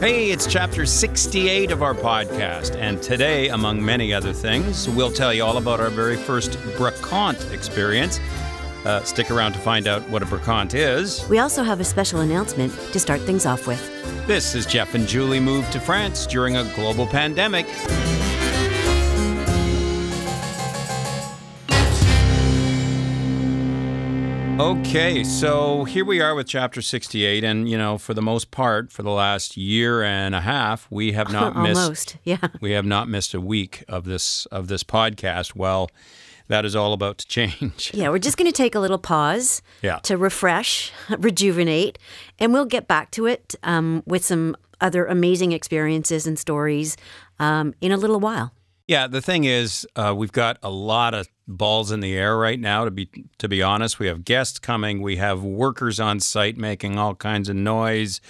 Hey, it's chapter 68 of our podcast, and today, among many other things, we'll tell you all about our very first bracant experience. Uh, stick around to find out what a bracant is. We also have a special announcement to start things off with. This is Jeff and Julie moved to France during a global pandemic. Okay, so here we are with chapter 68, and you know, for the most part, for the last year and a half, we have not missed Almost, yeah. we have not missed a week of this of this podcast. Well, that is all about to change. Yeah, we're just going to take a little pause Yeah. to refresh, rejuvenate, and we'll get back to it um, with some other amazing experiences and stories um, in a little while. Yeah, the thing is, uh, we've got a lot of balls in the air right now. To be to be honest, we have guests coming, we have workers on site making all kinds of noise,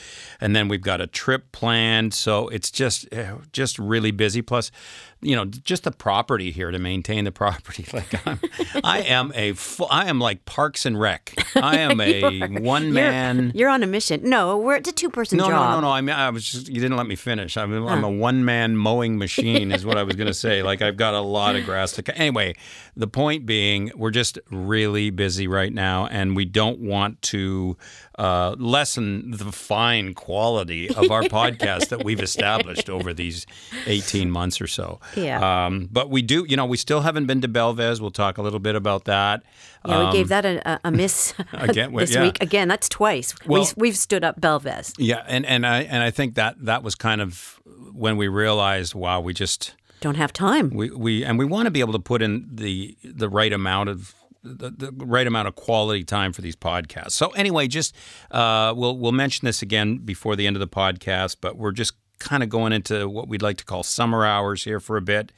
and then we've got a trip planned. So it's just eh, just really busy. Plus, you know, just the property here to maintain the property. Like I'm, I am a fu- I am like Parks and Rec. I am a one man. You're on a mission. No, we're it's a two person No, job. no, no, no. I mean, I was just, you didn't let me finish. I'm, I'm a one man mowing machine, is what I was going to say. Like, I've got a lot of grass to cut. Anyway, the point being, we're just really busy right now, and we don't want to uh, lessen the fine quality of our podcast that we've established over these 18 months or so. Yeah. Um, but we do, you know, we still haven't been to Belvez. We'll talk a little bit about that. uh, Yeah, we gave that a, a, a miss Um, Again, we- this yeah. week. Again, that's twice. Well- we, we've stood up Belvez. Yeah, and, and I and I think that that was kind of when we realized, wow, we just Don't have time. we, we and we want to be able to put in the the right amount of the, the right amount of quality time for these podcasts. So anyway, just uh, we'll we'll mention this again before the end of the podcast, but we're just kind of going into what we'd like to call summer hours here for a bit.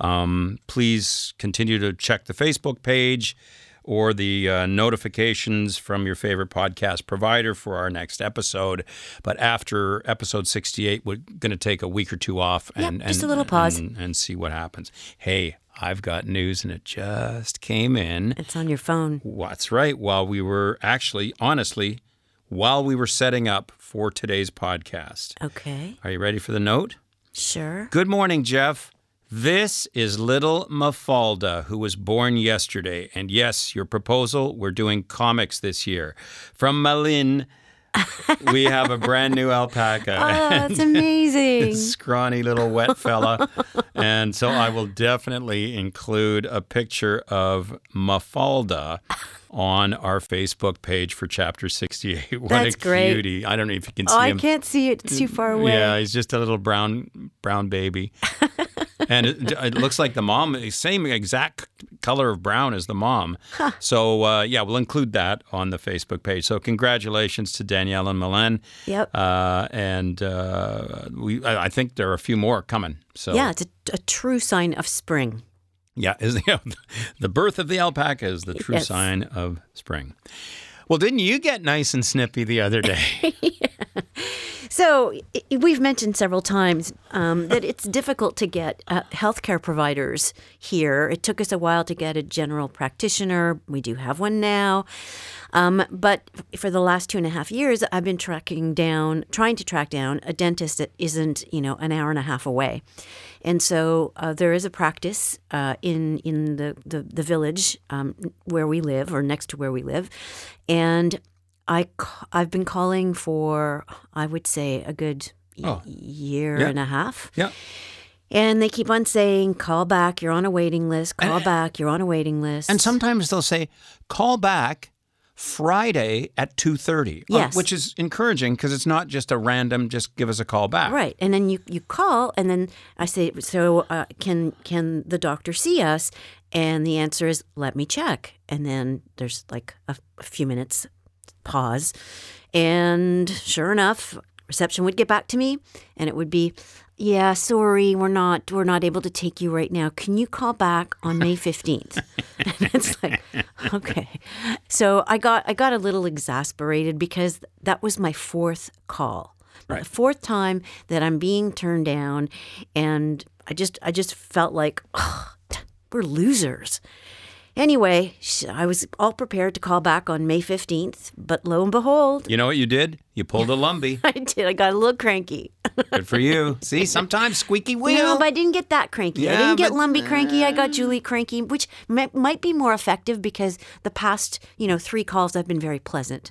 Um, please continue to check the Facebook page or the uh, notifications from your favorite podcast provider for our next episode. But after episode 68, we're going to take a week or two off and, just a and- little pause. And, and see what happens. Hey, I've got news and it just came in. It's on your phone. Well, That's right. While we were actually, honestly, while we were setting up for today's podcast. Okay, Are you ready for the note? sure. Good morning, Jeff. This is little Mafalda, who was born yesterday. And yes, your proposal, we're doing comics this year. From Malin, we have a brand new alpaca. Oh, that's amazing. Scrawny little wet fella. and so I will definitely include a picture of Mafalda on our Facebook page for chapter 68. What That's a great. cutie. I don't know if you can see Oh, I him. can't see it. It's too far away. Mm, Yeah, he's just a little brown brown baby. and it, it looks like the mom, same exact color of brown as the mom. So, uh, yeah, we'll include that on the Facebook page. So, congratulations to Danielle and Milan. Yep. Uh, and uh, we, I I think there are a few more coming. So, Yeah, it's a, a true sign of spring. yeah, is the birth of the alpaca is the true Yes. sign of spring. Well, didn't you get nice and snippy the other day? So i- i- we've mentioned several times um, that it's difficult to get uh, healthcare providers here. It took us a while to get a general practitioner. We do have one now, um, but f- for the last two and a half years, I've been tracking down, trying to track down a dentist that isn't, you know, an hour and a half away. And so uh, there is a practice uh, in in the the, the village um, where we live, or next to where we live, and I ca- I've been calling for I would say a good y- year Oh. yeah. and a half, yeah. and they keep on saying call back. You're on a waiting list. Call back. You're on a waiting list. eh, And sometimes they'll say, "Call back Friday at 2:30." uh, Yes. Which is encouraging because it's not just a random just give us a call back. Right, and then you, you call, and then I say, so uh, can can the doctor see us? And the answer is, let me check. And then there's like a, a few minutes pause, and sure enough, reception would get back to me, and it would be, yeah, sorry, we're not we're not able to take you right now. Can you call back on May fifteenth? and it's like, okay. So I got I got a little exasperated because that was my fourth call the fourth time that I'm being turned down, and I just I just felt like "Ugh, we're losers. Anyway, sh- I was all prepared to call back on May 15th, but lo and behold, You know what you did? You pulled a lumby. I did. I got a little cranky. Good for you. See, sometimes squeaky wheel. No, but I didn't get that cranky. I Yeah, didn't get but- uh, Lumby cranky. I got Julie cranky, which mi- might be more effective because the past, you know, three calls I've been very pleasant.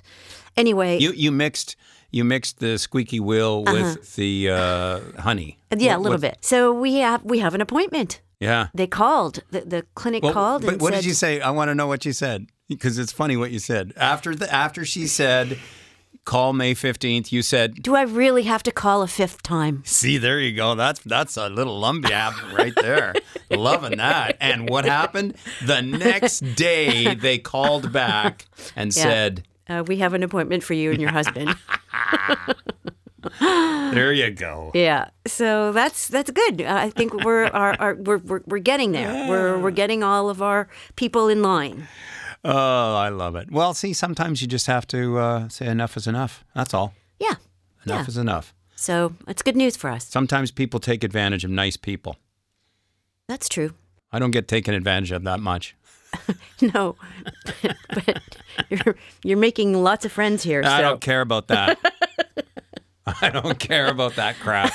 Anyway, You you mixed you mixed the squeaky wheel Uh-huh. with the uh, honey. yeah, a little bit. So we have we have an appointment. Yeah. They called. The, the clinic Well, called but and what said, did you say? I want to know what you said because it's funny what you said after the after she said call May fifteenth. You said, "Do I really have to call a fifth time?" "See, there you go. That's that's a little lumby happening right there. Loving that." And what happened the next day? They called back and said, Uh, we have an appointment for you and your husband. "There you go." Yeah, so that's that's good. Uh, I think we're our, our, we're, we're we're getting there. We're we're getting all of our people in line. Oh, I love it. Well, see, sometimes you just have to uh, say enough is enough. That's all. Yeah, Enough yeah. is enough. So it's good news for us. Sometimes people take advantage of nice people. That's true. I don't get taken advantage of that much. No, but you're you're making lots of friends here. I So don't care about that. I don't care about that crap.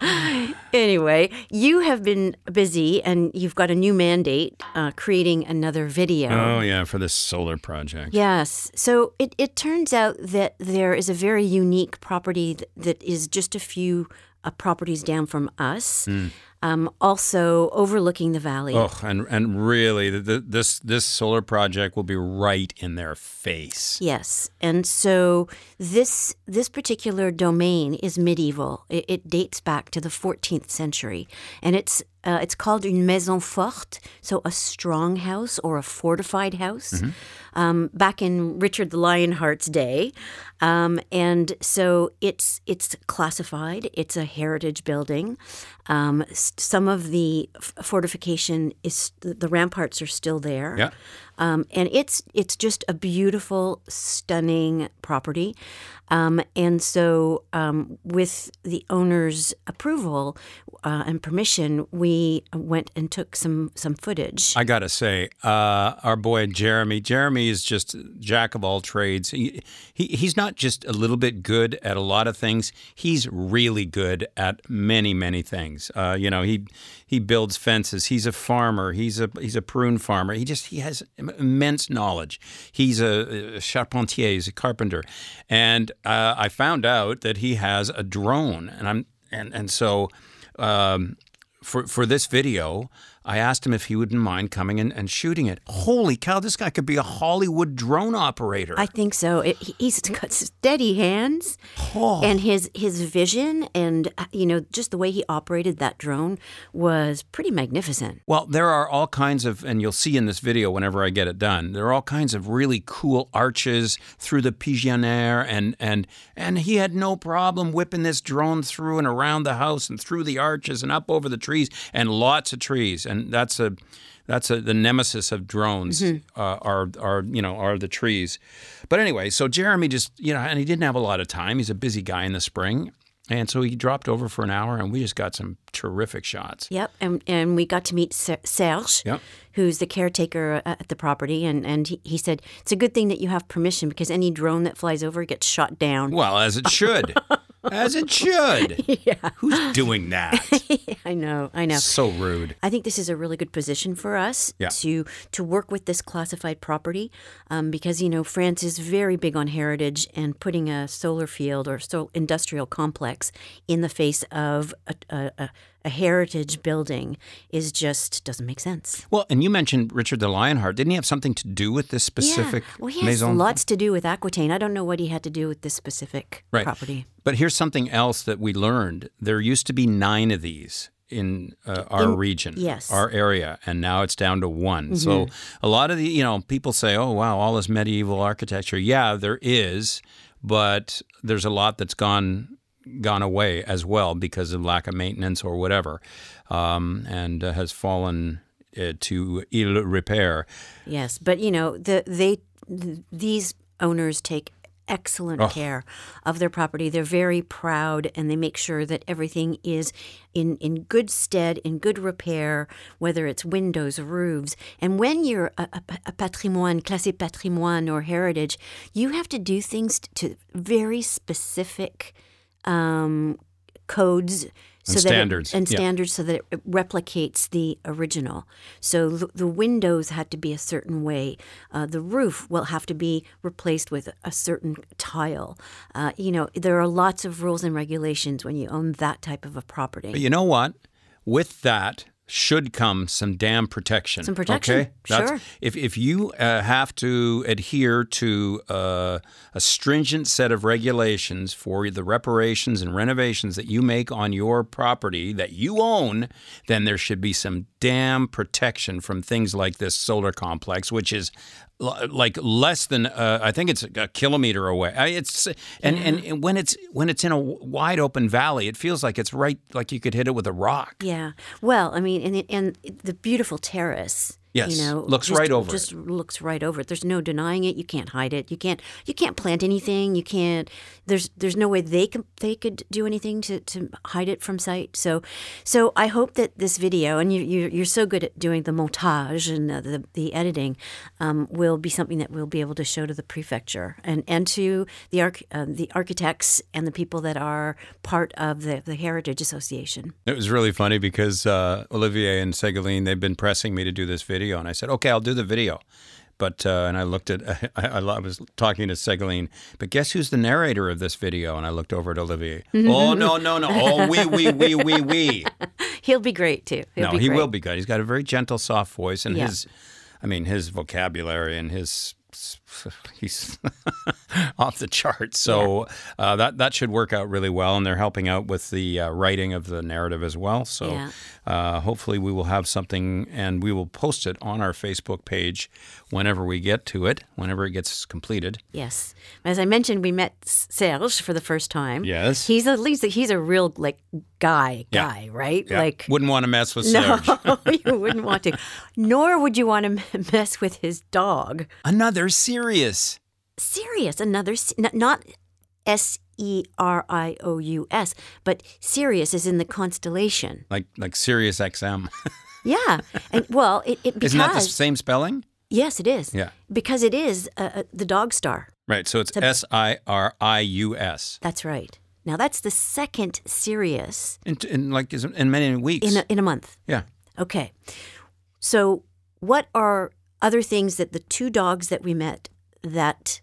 anyway, you have been busy and you've got a new mandate, uh, creating another video. Oh yeah, for this solar project. Yes. So it, it turns out that there is a very unique property th- that is just a few uh, properties down from us, um, also overlooking the valley. Oh, and and really, th th this this solar project will be right in their face. Yes, and so this this particular domain is medieval. It, it dates back to the 14th century, and it's uh, it's called une maison forte, so a strong house or a fortified house, um, back in Richard the Lionheart's day, um, and so it's it's classified. It's a heritage building. Um, s- some of the f- fortification is the ramparts are still there. Yeah. Um, and it's it's just a beautiful, stunning property. Um, and so, um, with the owner's approval uh, and permission, we went and took some some footage. I gotta say, uh, our boy Jeremy. Jeremy is just jack of all trades. He, he he's not just a little bit good at a lot of things. He's really good at many many things. Uh, you know, he he builds fences. He's a farmer. He's a he's a prune farmer. He just he has im- immense knowledge. He's a, a charpentier. He's a carpenter, and uh, I found out that he has a drone. And I'm and and so. Um, for for this video, I asked him if he wouldn't mind coming and, and shooting it. Holy cow, this guy could be a Hollywood drone operator. I think so. It, he- he's got steady hands, and his his vision, and uh, you know, just the way he operated that drone was pretty magnificent. well, there are all kinds of, and you'll see in this video whenever I get it done, there are all kinds of really cool arches through the Pigeonnier, and and and he had no problem whipping this drone through and around the house and through the arches and up over the trees and lots of trees, and that's a that's a, the nemesis of drones uh, are are you know are the trees. But anyway, so Jeremy just you know, and he didn't have a lot of time. He's a busy guy in the spring, and so he dropped over for an hour, and we just got some terrific shots. Yep, and and we got to meet Ser- Serge, Yep. who's the caretaker a- at the property, and and he, he said it's a good thing that you have permission because any drone that flies over gets shot down. Well, as it should, as it should. Yeah. Who's doing that? I know, I know. so rude. I think this is a really good position for us Yeah. to to work with this classified property, um, because you know France is very big on heritage and putting a solar field or so industrial complex in the face of a, a, a, a heritage building is just doesn't make sense. Well, and you mentioned Richard the Lionheart. Didn't he have something to do with this specific yeah. Well, he has maison? lots to do with Aquitaine. I don't know what he had to do with this specific Right. property. But here's something else that we learned. There used to be nine of these in uh, our region, yes. Mm-hmm. our area, and now it's down to one. So a lot of the, you know, people say, oh, wow, all this medieval architecture. Yeah, there is, but there's a lot that's gone gone away as well because of lack of maintenance or whatever um, and uh, has fallen uh, to ill repair. Yes, but you know the they th- these owners take excellent care of their property. They're very proud and they make sure that everything is in, in good stead, in good repair, whether it's windows, roofs. And when you're a, a, a patrimoine, classé patrimoine or heritage, you have to do things to very specific um, codes. So that it- standards, and yeah. standards so that it replicates the original. So the, the windows had to be a certain way. Uh, the roof will have to be replaced with a certain tile. Uh, you know, there are lots of rules and regulations when you own that type of a property. But you know what? With that should come some damn protection. Some protection, Okay? sure. If, if you uh, have to adhere to uh, a stringent set of regulations for the reparations and renovations that you make on your property that you own, then there should be some damn protection from things like this solar complex, which is l- like less than uh, I think it's a kilometer away. I, it's and, and and when it's when it's in a w- wide open valley, it feels like it's right like you could hit it with a rock. Yeah. Well, I mean, and the, and the beautiful terrace. Yes. You know, Looks just- right over Just looks right over it. There's no denying it. You can't hide it. You can't. You can't plant anything. You can't. There's. There's no way they can. They could do anything to, to hide it from sight. So, so I hope that this video and you, you you're so good at doing the montage and uh, the the editing, um, will be something that we'll be able to show to the prefecture and and to the arch, uh, the architects and the people that are part of the the heritage association. It was really funny because uh, Olivier and Segaline, they've been pressing me to do this video, and I said, "Okay, I'll do the video." But uh, and I looked at I, I, I was talking to Segaline, but guess who's the narrator of this video? And I looked over at Olivier. oh no no no! Oh we we we we we. He'll be great too. He'll no, be he great. will be good. He's got a very gentle, soft voice, and Yeah. his, I mean, his vocabulary and his. He's off the chart, so uh, that that should work out really well, and they're helping out with the uh, writing of the narrative as well. So Yeah. uh, hopefully, we will have something, and we will post it on our Facebook page whenever we get to it, whenever it gets completed. Yes, as I mentioned, we met S- Serge for the first time. Yes. he's at least he's a real like guy Yeah. guy, right? Yeah. Like wouldn't want to mess with no, Serge. you wouldn't want to, nor would you want to mess with his dog. Another serious. Serious, another s- n- not S E R I O U S, but Sirius is in the constellation. Like like Sirius XM. Yeah, and well, it, it because Isn't that the same spelling? yes, it is. Yeah. because it is uh, uh, the dog star. Right. So it's S I R I U S. That's right. Now that's the second Sirius. In, in like is- in many weeks. in a, in a month. yeah. Okay. So, what are other things that the two dogs that we met that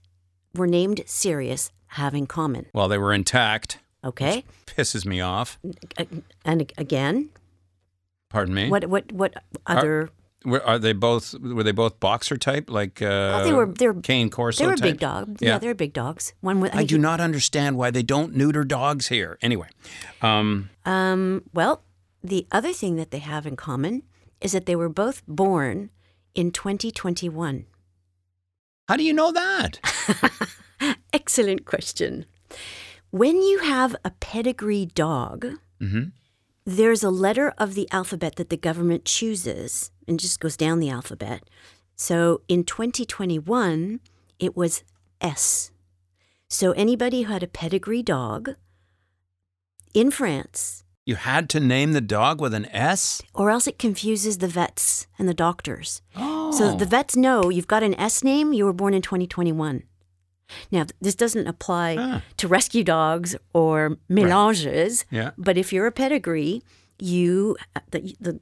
were named Sirius have in common? Well, they were intact. Okay. Pisses me off. A- And ag- again, Pardon me. what what what other? Were, are they both? Were they both boxer type? Like uh, they were- they were- Cane Corso. they were type? big dogs. Yeah. Yeah. they're big dogs. One with I do not understand why they don't neuter dogs here. Anyway, um, Um, well, the other thing that they have in common is that they were both born in 2021. how do you know that? Excellent question. When you have a pedigree dog, Mhm. there's a letter of the alphabet that the government chooses and just goes down the alphabet. So in 2021, it was S. So anybody who had a pedigree dog in France, You had to name the dog with an S. or else it confuses the vets and the doctors. Oh. So the vets know you've got an S name, you were born in 2021. Now, this doesn't apply Ah. to rescue dogs or mélanges, Yeah. but if you're a pedigree, you the, the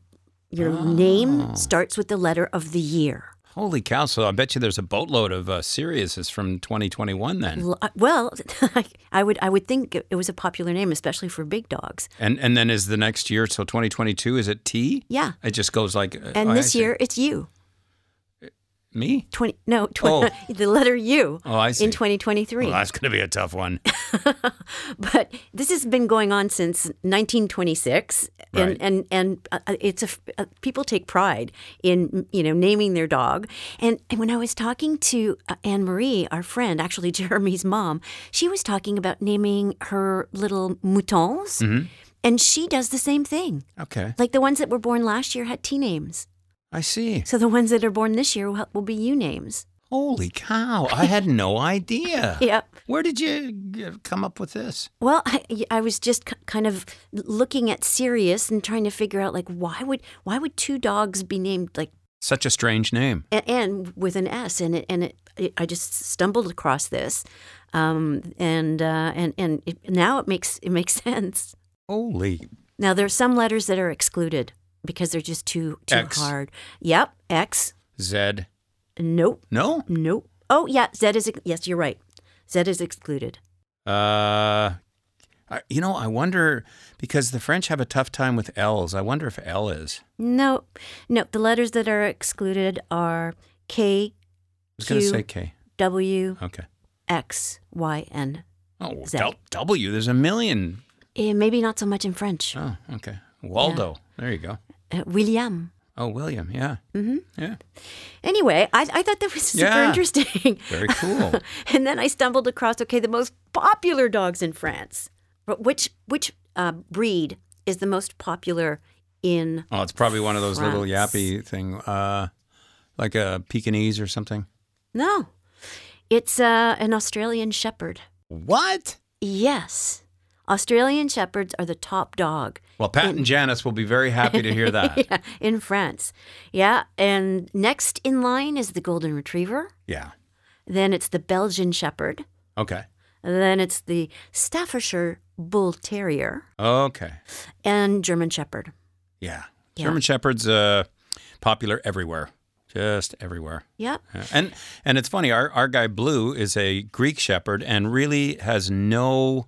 your Ah. name starts with the letter of the year. Holy cow! So I bet you there's a boatload of uh, Siriuses from 2021 then. L- uh, Well, I would I would think it was a popular name, especially for big dogs. And and then is the next year? So 2022 is it T? Yeah, It just goes like. uh, and I this see. year it's you. me. Twenty no, 20, the letter U Oh, I see. in 2023. Well, that's going to be a tough one. but this has been going on since 1926 and Right. and and uh, it's a f- uh, people take pride in you know naming their dog and, and when i was talking to uh, anne marie our friend actually jeremy's mom she was talking about naming her little moutons and she does the same thing Okay, like the ones that were born last year had t names I see. so the ones that are born this year will, will be u names Holy cow! I had no idea. Yep. Where did you g- come up with this? Well, I, I was just k- kind of looking at Sirius and trying to figure out like why would why would two dogs be named like Such a strange name. a- and with an S, and it, and it, it, I just stumbled across this, um, and uh, and and it, now it makes it makes sense. Holy. Now there are some letters that are excluded because they're just too too X. hard. Yep, X. Zed. Nope, No. nope. Oh yeah, Z is ex- yes, you're right. Z is excluded. Uh, I, you know, I wonder because the French have a tough time with L's. I wonder if L is. No, no. The letters that are excluded are I K, was going to Q. say K. W, Okay. X, Y, N. Oh, Zed. Del- W. There's a million. Eh, Maybe not so much in French. Oh, okay. Waldo. There you go. Uh, William. Oh, William. Yeah. Mm-hmm. Yeah. Anyway, I, I thought that was super Yeah. interesting. Very cool. and then I stumbled across okay, the most popular dogs in France. But Which which uh, breed is the most popular in? oh, it's probably one of those little France. yappy thing, uh, like a Pekingese or something. No, it's uh, an Australian Shepherd. What? Yes, Australian Shepherds are the top dog Well, Pat and Janice will be very happy to hear that. yeah, in France. Yeah, and next in line is the Golden Retriever. yeah. Then it's the Belgian Shepherd. Okay. Then it's the Staffordshire Bull Terrier Okay. and German Shepherd. Yeah. Yeah. German Shepherd's uh, popular everywhere, just everywhere. Yep. Yeah. And and it's funny. Our our guy Blue is a Greek Shepherd and really has no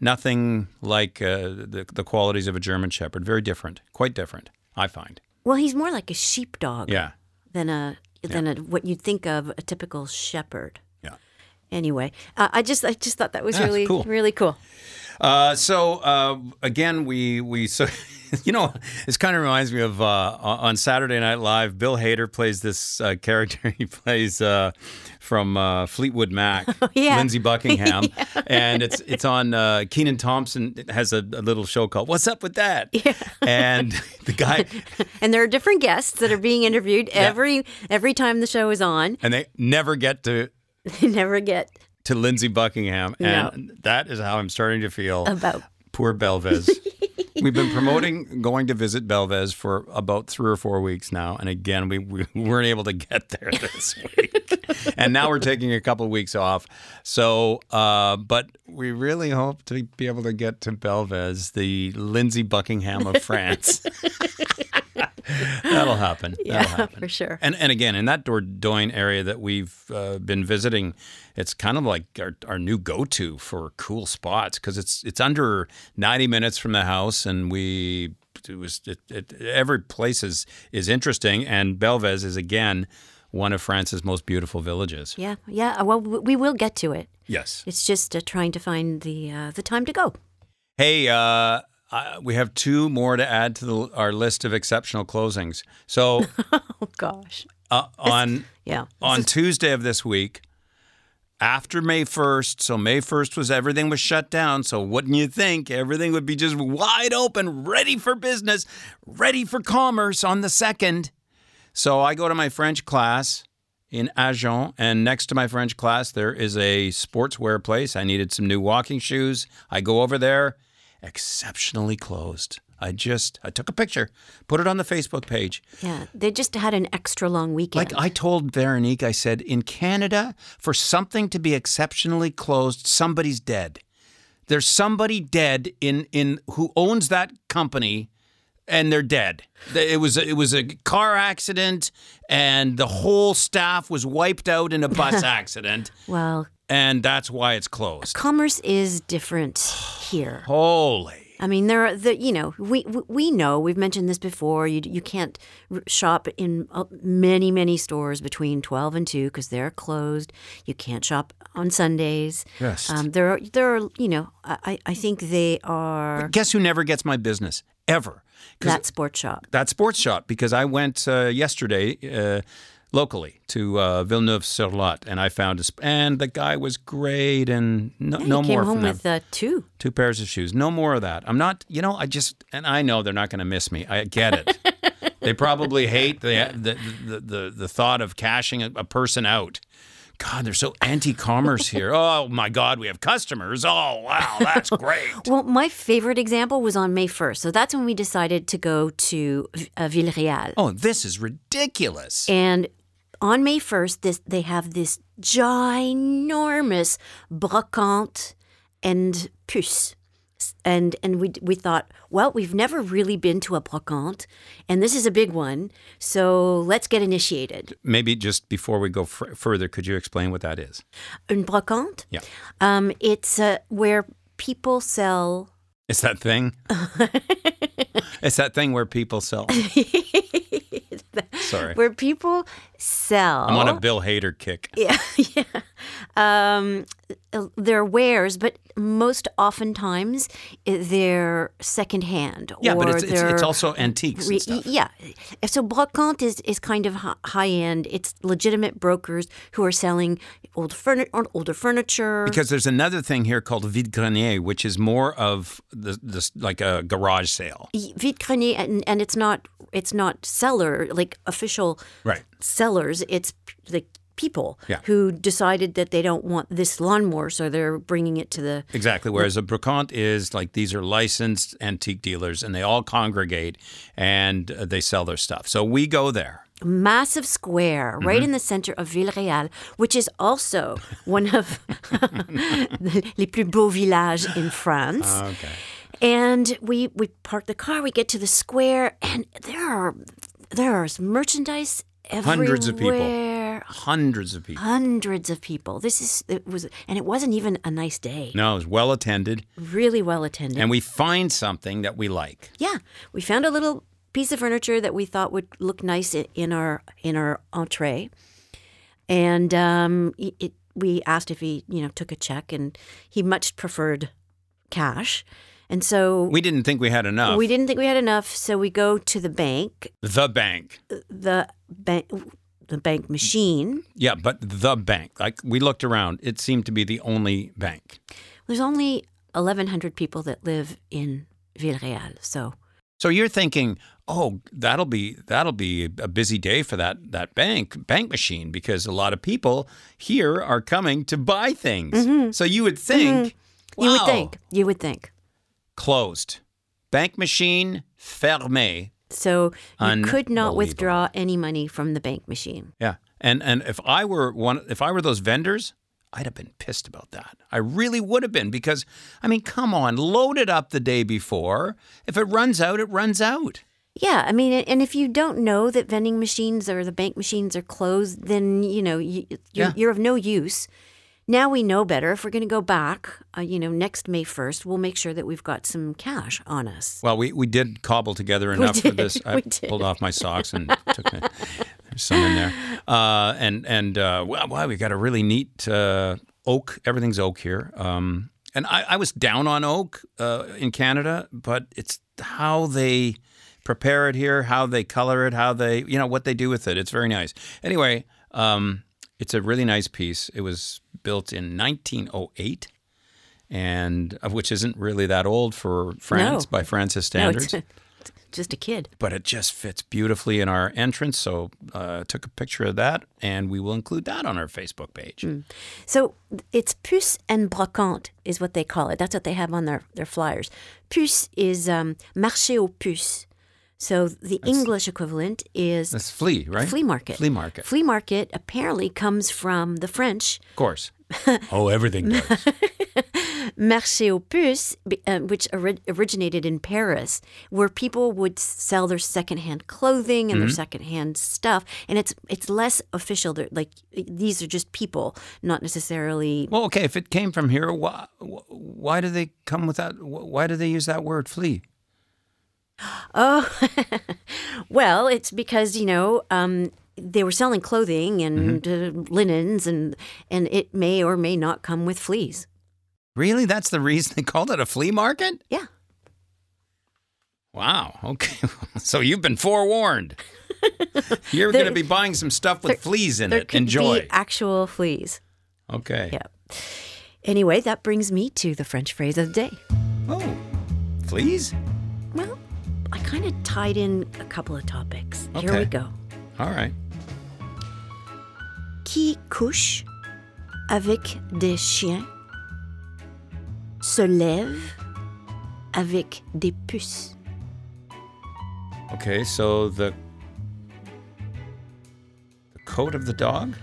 nothing like uh, the the qualities of a German Shepherd. Very different, quite different. I find. Well, he's more like a sheepdog Yeah. than a than a, what you'd think of a typical shepherd. Yeah. Anyway, uh, I just I just thought that was Ah, That's really cool. really cool. Uh, so uh, again, we we so you know this kind of reminds me of uh, on Saturday Night Live. Bill Hader plays this uh, character. He plays uh, from uh, Fleetwood Mac, yeah. Lindsey Buckingham, and it's it's on uh, Keenan Thompson has a, a little show called "What's Up with That," and the guy And there are different guests that are being interviewed every every time the show is on. and they never get to They never get to Lindsey Buckingham, and that is how I'm starting to feel about Poor Belvez. We've been promoting going to visit Belvez for about three or four weeks now, and again, we, we weren't able to get there this week. and now we're taking a couple of weeks off. So, uh, but we really hope to be able to get to Belvez, the Lindsay Buckingham of France. That'll happen. That'll happen. for sure. And and again, in that Dordogne area that we've uh, been visiting, it's kind of like our, our new go to for cool spots because it's it's under ninety minutes from the house, and we it was it, it, every place is is interesting, and Belvez is again one of France's most beautiful villages. Yeah, yeah. uh, Well, w- we will get to it. Yes. It's just uh, trying to find the uh, the time to go. Hey, uh, I, we have two more to add to the, our list of exceptional closings. So Oh gosh. uh, on. Yeah. on Tuesday of this week, after May 1st, so May 1st was everything was shut down. So wouldn't you think everything would be just wide open, ready for business, ready for commerce on the 2nd? So I go to my French class in Agen, and next to my French class, there is a sportswear place. I needed some new walking shoes. I go over there, exceptionally closed. I just I took a picture, put it on the Facebook page. Yeah. They just had an extra long weekend. Like uh, I told Veronique, I said, in Canada, for something to be exceptionally closed, somebody's dead. There's somebody dead in in who owns that company, and they're dead. It was it was a car accident, and the whole staff was wiped out in a bus accident, well, and that's why it's closed. commerce is different here. Holy! I mean, there are the you know we we- we know we've mentioned this before. You you can't r- shop in uh, many many stores between twelve and two because they're closed. You can't shop on Sundays. Yes. Um, there are there are you know I I- I think they are Guess who never gets my business ever? 'Cause that sports shop. that sports shop because I went uh, yesterday uh, locally to uh, Villeneuve-sur-Lot and I found a sp- and the guy was great and no, Yeah, no you came more home from them. with uh, two. Two pairs of shoes, no more of that. I'm not, you know, I just and I know they're not going to miss me. I get it. They probably hate the the, the, the, the thought of cashing a, a person out. God, they're so anti-commerce here. Oh my God, we have customers. Oh wow, that's great. Well, my favorite example was on May 1st. So that's when we decided to go to uh, Villarreal. Oh, this is ridiculous. And on May 1st, this, they have this ginormous brocante and puce. And and we we thought, well, we've never really been to a brocante, and this is a big one, so let's get initiated. Maybe just before we go f- further, could you explain what that is? Une brocante, Yeah, um, it's uh, where people sell. it's that thing. it's that thing where people sell. Sorry, Where people sell. I'm on a Bill Hader kick. yeah, yeah. Um, their wares, but most oftentimes eh, they're secondhand. Yeah, or but it's it's, they're it's also antiques re- and stuff. Yeah. So brocante is, is kind of hi- high end. It's legitimate brokers who are selling old furni- or older furniture. Because there's another thing here called vide grenier, which is more of the, this like a garage sale. Y- Vide grenier, and, and it's not it's not seller like official Right. sellers. It's p- like people Yeah. who decided that they don't want this lawnmower, so they're bringing it to the Exactly. Whereas a brocante is like these are licensed antique dealers, and they all congregate and uh, they sell their stuff. So we go there. massive square Mm-hmm. right in the center of Villereal, which is also one of les plus beaux villages in France. Ah, Okay. And we we park the car, we get to the square, and there are there is merchandise everywhere. Hundreds of people. Hundreds of people. Hundreds of people. This is it was, and it wasn't even a nice day. No, it's well attended, Really well attended. and we find something that we like. yeah, we found a little piece of furniture that we thought would look nice i- in our in our entree, and um, it, it, we asked if he you know took a check, and he much preferred cash, and so We didn't think we had enough. we didn't think we had enough. So we go to the bank, the bank. the bank, the bank machine. Yeah, but the bank. Like we looked around, it seemed to be the only bank. There's only 1,100 people that live in Villereal, so So you're thinking, oh, that'll be that'll be a busy day for that that bank bank machine because a lot of people here are coming to buy things. So you would think, Mm-hmm. you would wow, think, you would think. closed bank machine fermé. So you could not Unbelievable. withdraw any money from the bank machine. Yeah, and and if I were one, if I were those vendors. I'd have been pissed about that. I really would have been because, I mean, come on, load it up the day before. If it runs out, it runs out. Yeah, I mean, and if you don't know that vending machines or the bank machines are closed, then you know you, you're, Yeah. you're of no use. Now we know better. If we're going to go back, uh, you know, next May first, we'll make sure that we've got some cash on us. Well, we, we did cobble together enough for did. this. I We did. pulled off my socks and took my, there's some in there. Uh, and and uh, wow, wow, we got a really neat uh, oak. Everything's oak here. Um, and I, I was down on oak uh, in Canada, but it's how they prepare it here, how they color it, how they you know what they do with it. It's very nice. Anyway, um, it's a really nice piece. It was built in 1908. And of which isn't really that old for France by France's No, standards it's just a kid. but it just fits beautifully in our entrance. So uh, took a picture of that, and we will include that on our Facebook page. Hmm. So it's puce and brocante is what they call it. That's what they have on their, their flyers. Puce is um, marché aux puces. So the English equivalent is That's flea, right? flea market. Flea market, Flea market apparently comes from the French of course. oh, everything does. marché aux puces, be- uh, which ori- originated in Paris, where people would s- sell their secondhand clothing Mm-hmm. and their secondhand stuff. And it's it's less official. They're, like these are just people, not necessarily well, okay. If it came from here, why, why do they come with that? Why do they use that word flea? oh, Well, it's because you know um, they were selling clothing and Mm-hmm. uh, linens, and and it may or may not come with fleas. Really? That's the reason they called it a flea market? Yeah, Wow. Okay. so you've been forewarned. You're There- going to be buying some stuff with fleas in there it. could Enjoy. be actual fleas. okay. Yeah. Anyway, that brings me to the French phrase of the day. Oh, fleas? Well, I kind of tied in a couple of topics. Here Okay. we go. All right. Qui couche avec des chiens se lève avec des puces. Okay, so the the coat of the dog.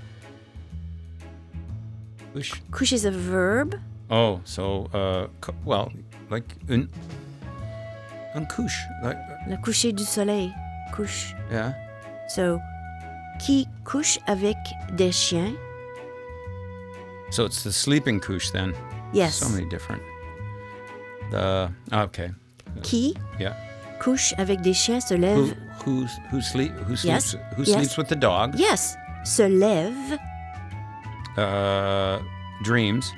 Push. Couche is a verb. Oh, so uh, co- well, like un un couche, like Le coucher du soleil. Couche. yeah. So, qui couche avec des chiens? So it's the sleeping couche then. Yes. So many different. The ah, okay, Qui yeah. couche avec des chiens se Who lève. who who sleep who Yes, sleeps who yes. sleeps with the dog? Yes. Se lève. Uh, dreams,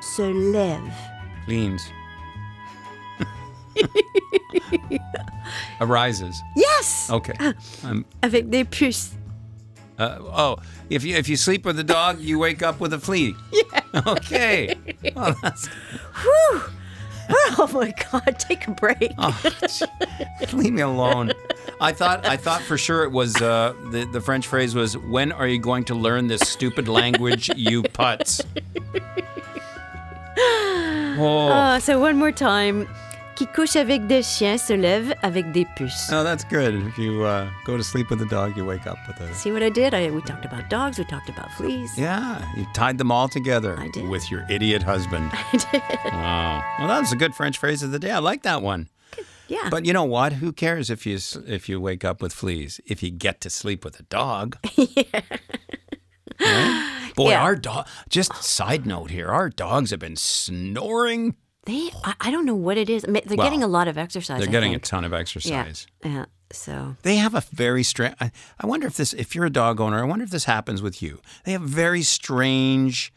Se lève. leans, arises. Yes! Okay. I'm, Avec des puces. uh, oh, if you if you sleep with a dog, you wake up with a flea. Yeah. Okay. Oh, that's, Oh my God, take a break. oh, gee. leave me alone. I thought I thought for sure it was uh, the the French phrase was when are you going to learn this stupid language you putz. Oh, Ah, so, one more time. Qui couche avec des chiens se lève avec des puces. no, that's good. If you uh, go to sleep with a dog, you wake up with a. See what I did? I, we talked about dogs, we talked about fleas. Yeah, you tied them all together I did. with your idiot husband. Wow. Well, that was a good French phrase of the day. I like that one. Yeah. But you know what? Who cares if you s- if you wake up with fleas? If you get to sleep with a dog. Right? Boy, Yeah. our dog. Just side note here, our dogs have been snoring. they, I, I don't know what it is. I mean, they're Well, getting a lot of exercise. They're I getting a think. ton of Yeah. exercise. Yeah. So, They have a very strange. I, I wonder if this. If you're a dog owner, I wonder if this happens with you. They have very strange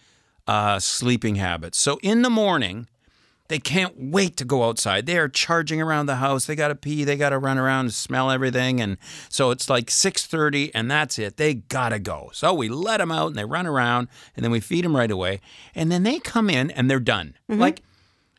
uh, sleeping habits. So in the morning, they can't wait to go outside. They are charging around the house. They got to pee. They got to run around and smell everything. And so it's like 6:30, and that's it. They gotta go. So we let them out, and they run around, and then we feed them right away, and then they come in, and they're done. Like,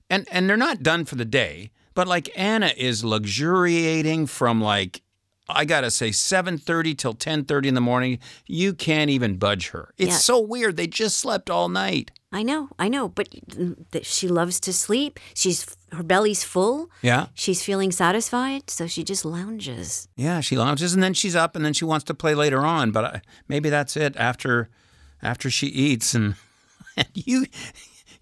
and and they're not done for the day. But like Anna is luxuriating from like. I gotta say, 7:30 till 10:30 in the morning, you can't even budge her. It's Yeah. so weird. They just slept all night. I know, I know, but mm, that she loves to sleep. She's her belly's full. Yeah. She's feeling satisfied, so she just lounges. Yeah, she lounges and then she's up and then she wants to play later on, but I, maybe that's it after after she eats and, and you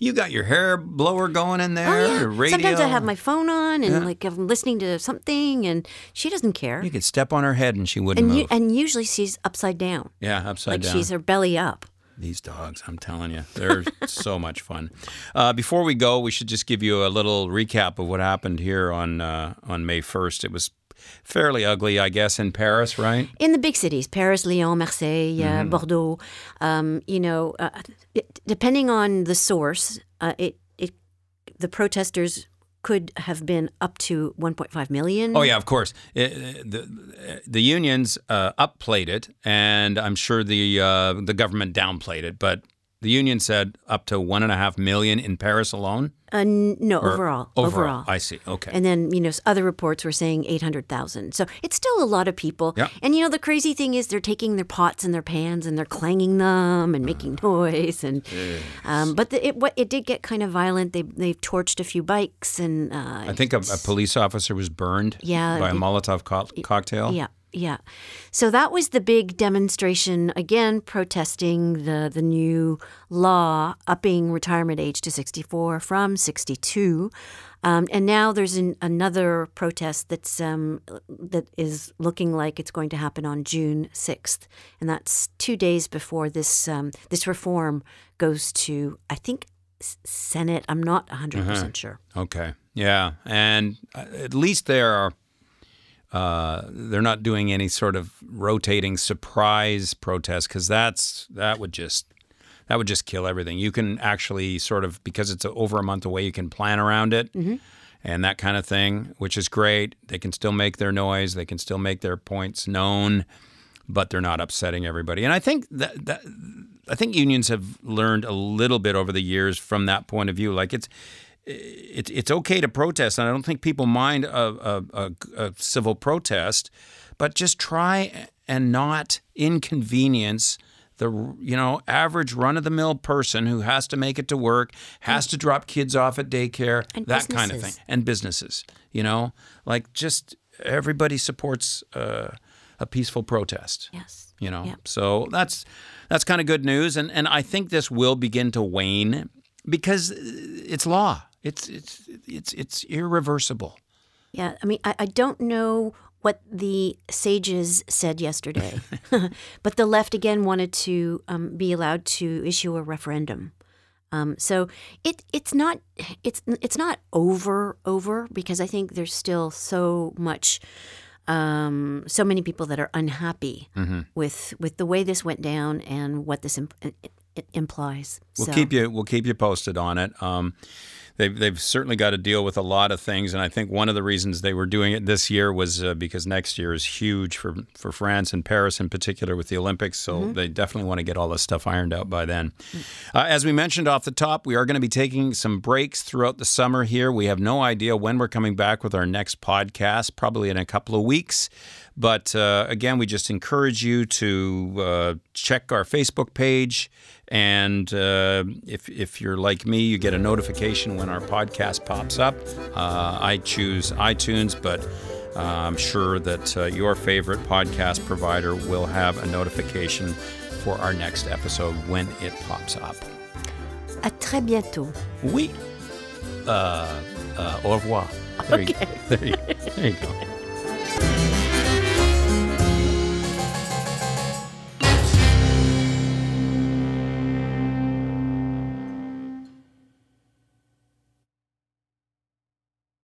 you got your hair blower going in there, your radio. Oh, Sometimes I have my phone on and like I'm listening to something, and she doesn't care. you could step on her head and she wouldn't and move. you, and usually she's upside down, yeah, upside like down. she's her belly up. These dogs, I'm telling you, they're so much fun. Uh, before we go, we should just give you a little recap of what happened here on uh, on May 1st. It was fairly ugly, I guess, in Paris, right? in the big cities paris lyon marseille uh, Mm-hmm. bordeaux um, you know uh, it, depending on the source uh, it, it the protesters could have been up to 1.5 million Oh yeah, of course. I- I- the the unions uh, upplayed it, and I'm sure the uh, the government downplayed it. But the union said up to one and a half million in Paris alone. uh, n- no Or overall overall, I see. Okay. and then you know s- other reports were saying 800000 so it's still a lot of people Yeah. and you know the crazy thing is they're taking their pots and their pans and they're clanging them and making Mm. noise and um, but the, it, what, it did get kind of violent they, they torched a few bikes and uh, I think a, a police officer was burned. Yeah, By a it- Molotov co- cocktail. Yeah, yeah. So that was the big demonstration again, protesting the the new law upping retirement age to 64 from 62. Um, and now there's an, another protest that's um, that is looking like it's going to happen on June 6th, and that's two days before this um, this reform goes to I think S- Senate. I'm not 100 percent sure. Okay. Yeah, and uh, at least there are. Uh, they're not doing any sort of rotating surprise protest because that's that would just that would just kill everything. You can actually sort of because it's over a month away, you can plan around it and that kind of thing, which is great. They can still make their noise, they can still make their points known, but they're not upsetting everybody. And I think that, that I think unions have learned a little bit over the years from that point of view. Like it's it, it's okay to protest, and I don't think people mind a, a, a, a civil protest, but just try and not inconvenience the you know average run of the mill person who has to make it to work, has to drop kids off at daycare, And that kind of thing, businesses. and businesses. You know, like just everybody supports uh, a peaceful protest Yes. you know Yeah. so that's that's kind of good news and and i think this will begin to wane because it's law it's it's it's it's irreversible Yeah, I mean, I, I don't know what the sages said yesterday, but the left again wanted to um, be allowed to issue a referendum. Um, so it it's not it's it's not over over because I think there's still so much um, so many people that are unhappy Mm-hmm. with with the way this went down and what this imp- it, it implies. we'll so, keep you we'll keep you posted on it um They've, they've certainly got to deal with a lot of things, and I think one of the reasons they were doing it this year was uh, because next year is huge for, for France and Paris in particular with the Olympics. So they definitely want to get all this stuff ironed out by then. Uh, as we mentioned off the top, we are going to be taking some breaks throughout the summer here. We have no idea when we're coming back with our next podcast, probably in a couple of weeks. But uh, again, we just encourage you to uh, check our Facebook page. And uh, if, if you're like me, you get a notification when our podcast pops up. Uh, I choose iTunes, but uh, I'm sure that uh, your favorite podcast provider will have a notification for our next episode when it pops up. À très bientôt. Oui. Uh, uh, au revoir. There, you, there, you, there you go.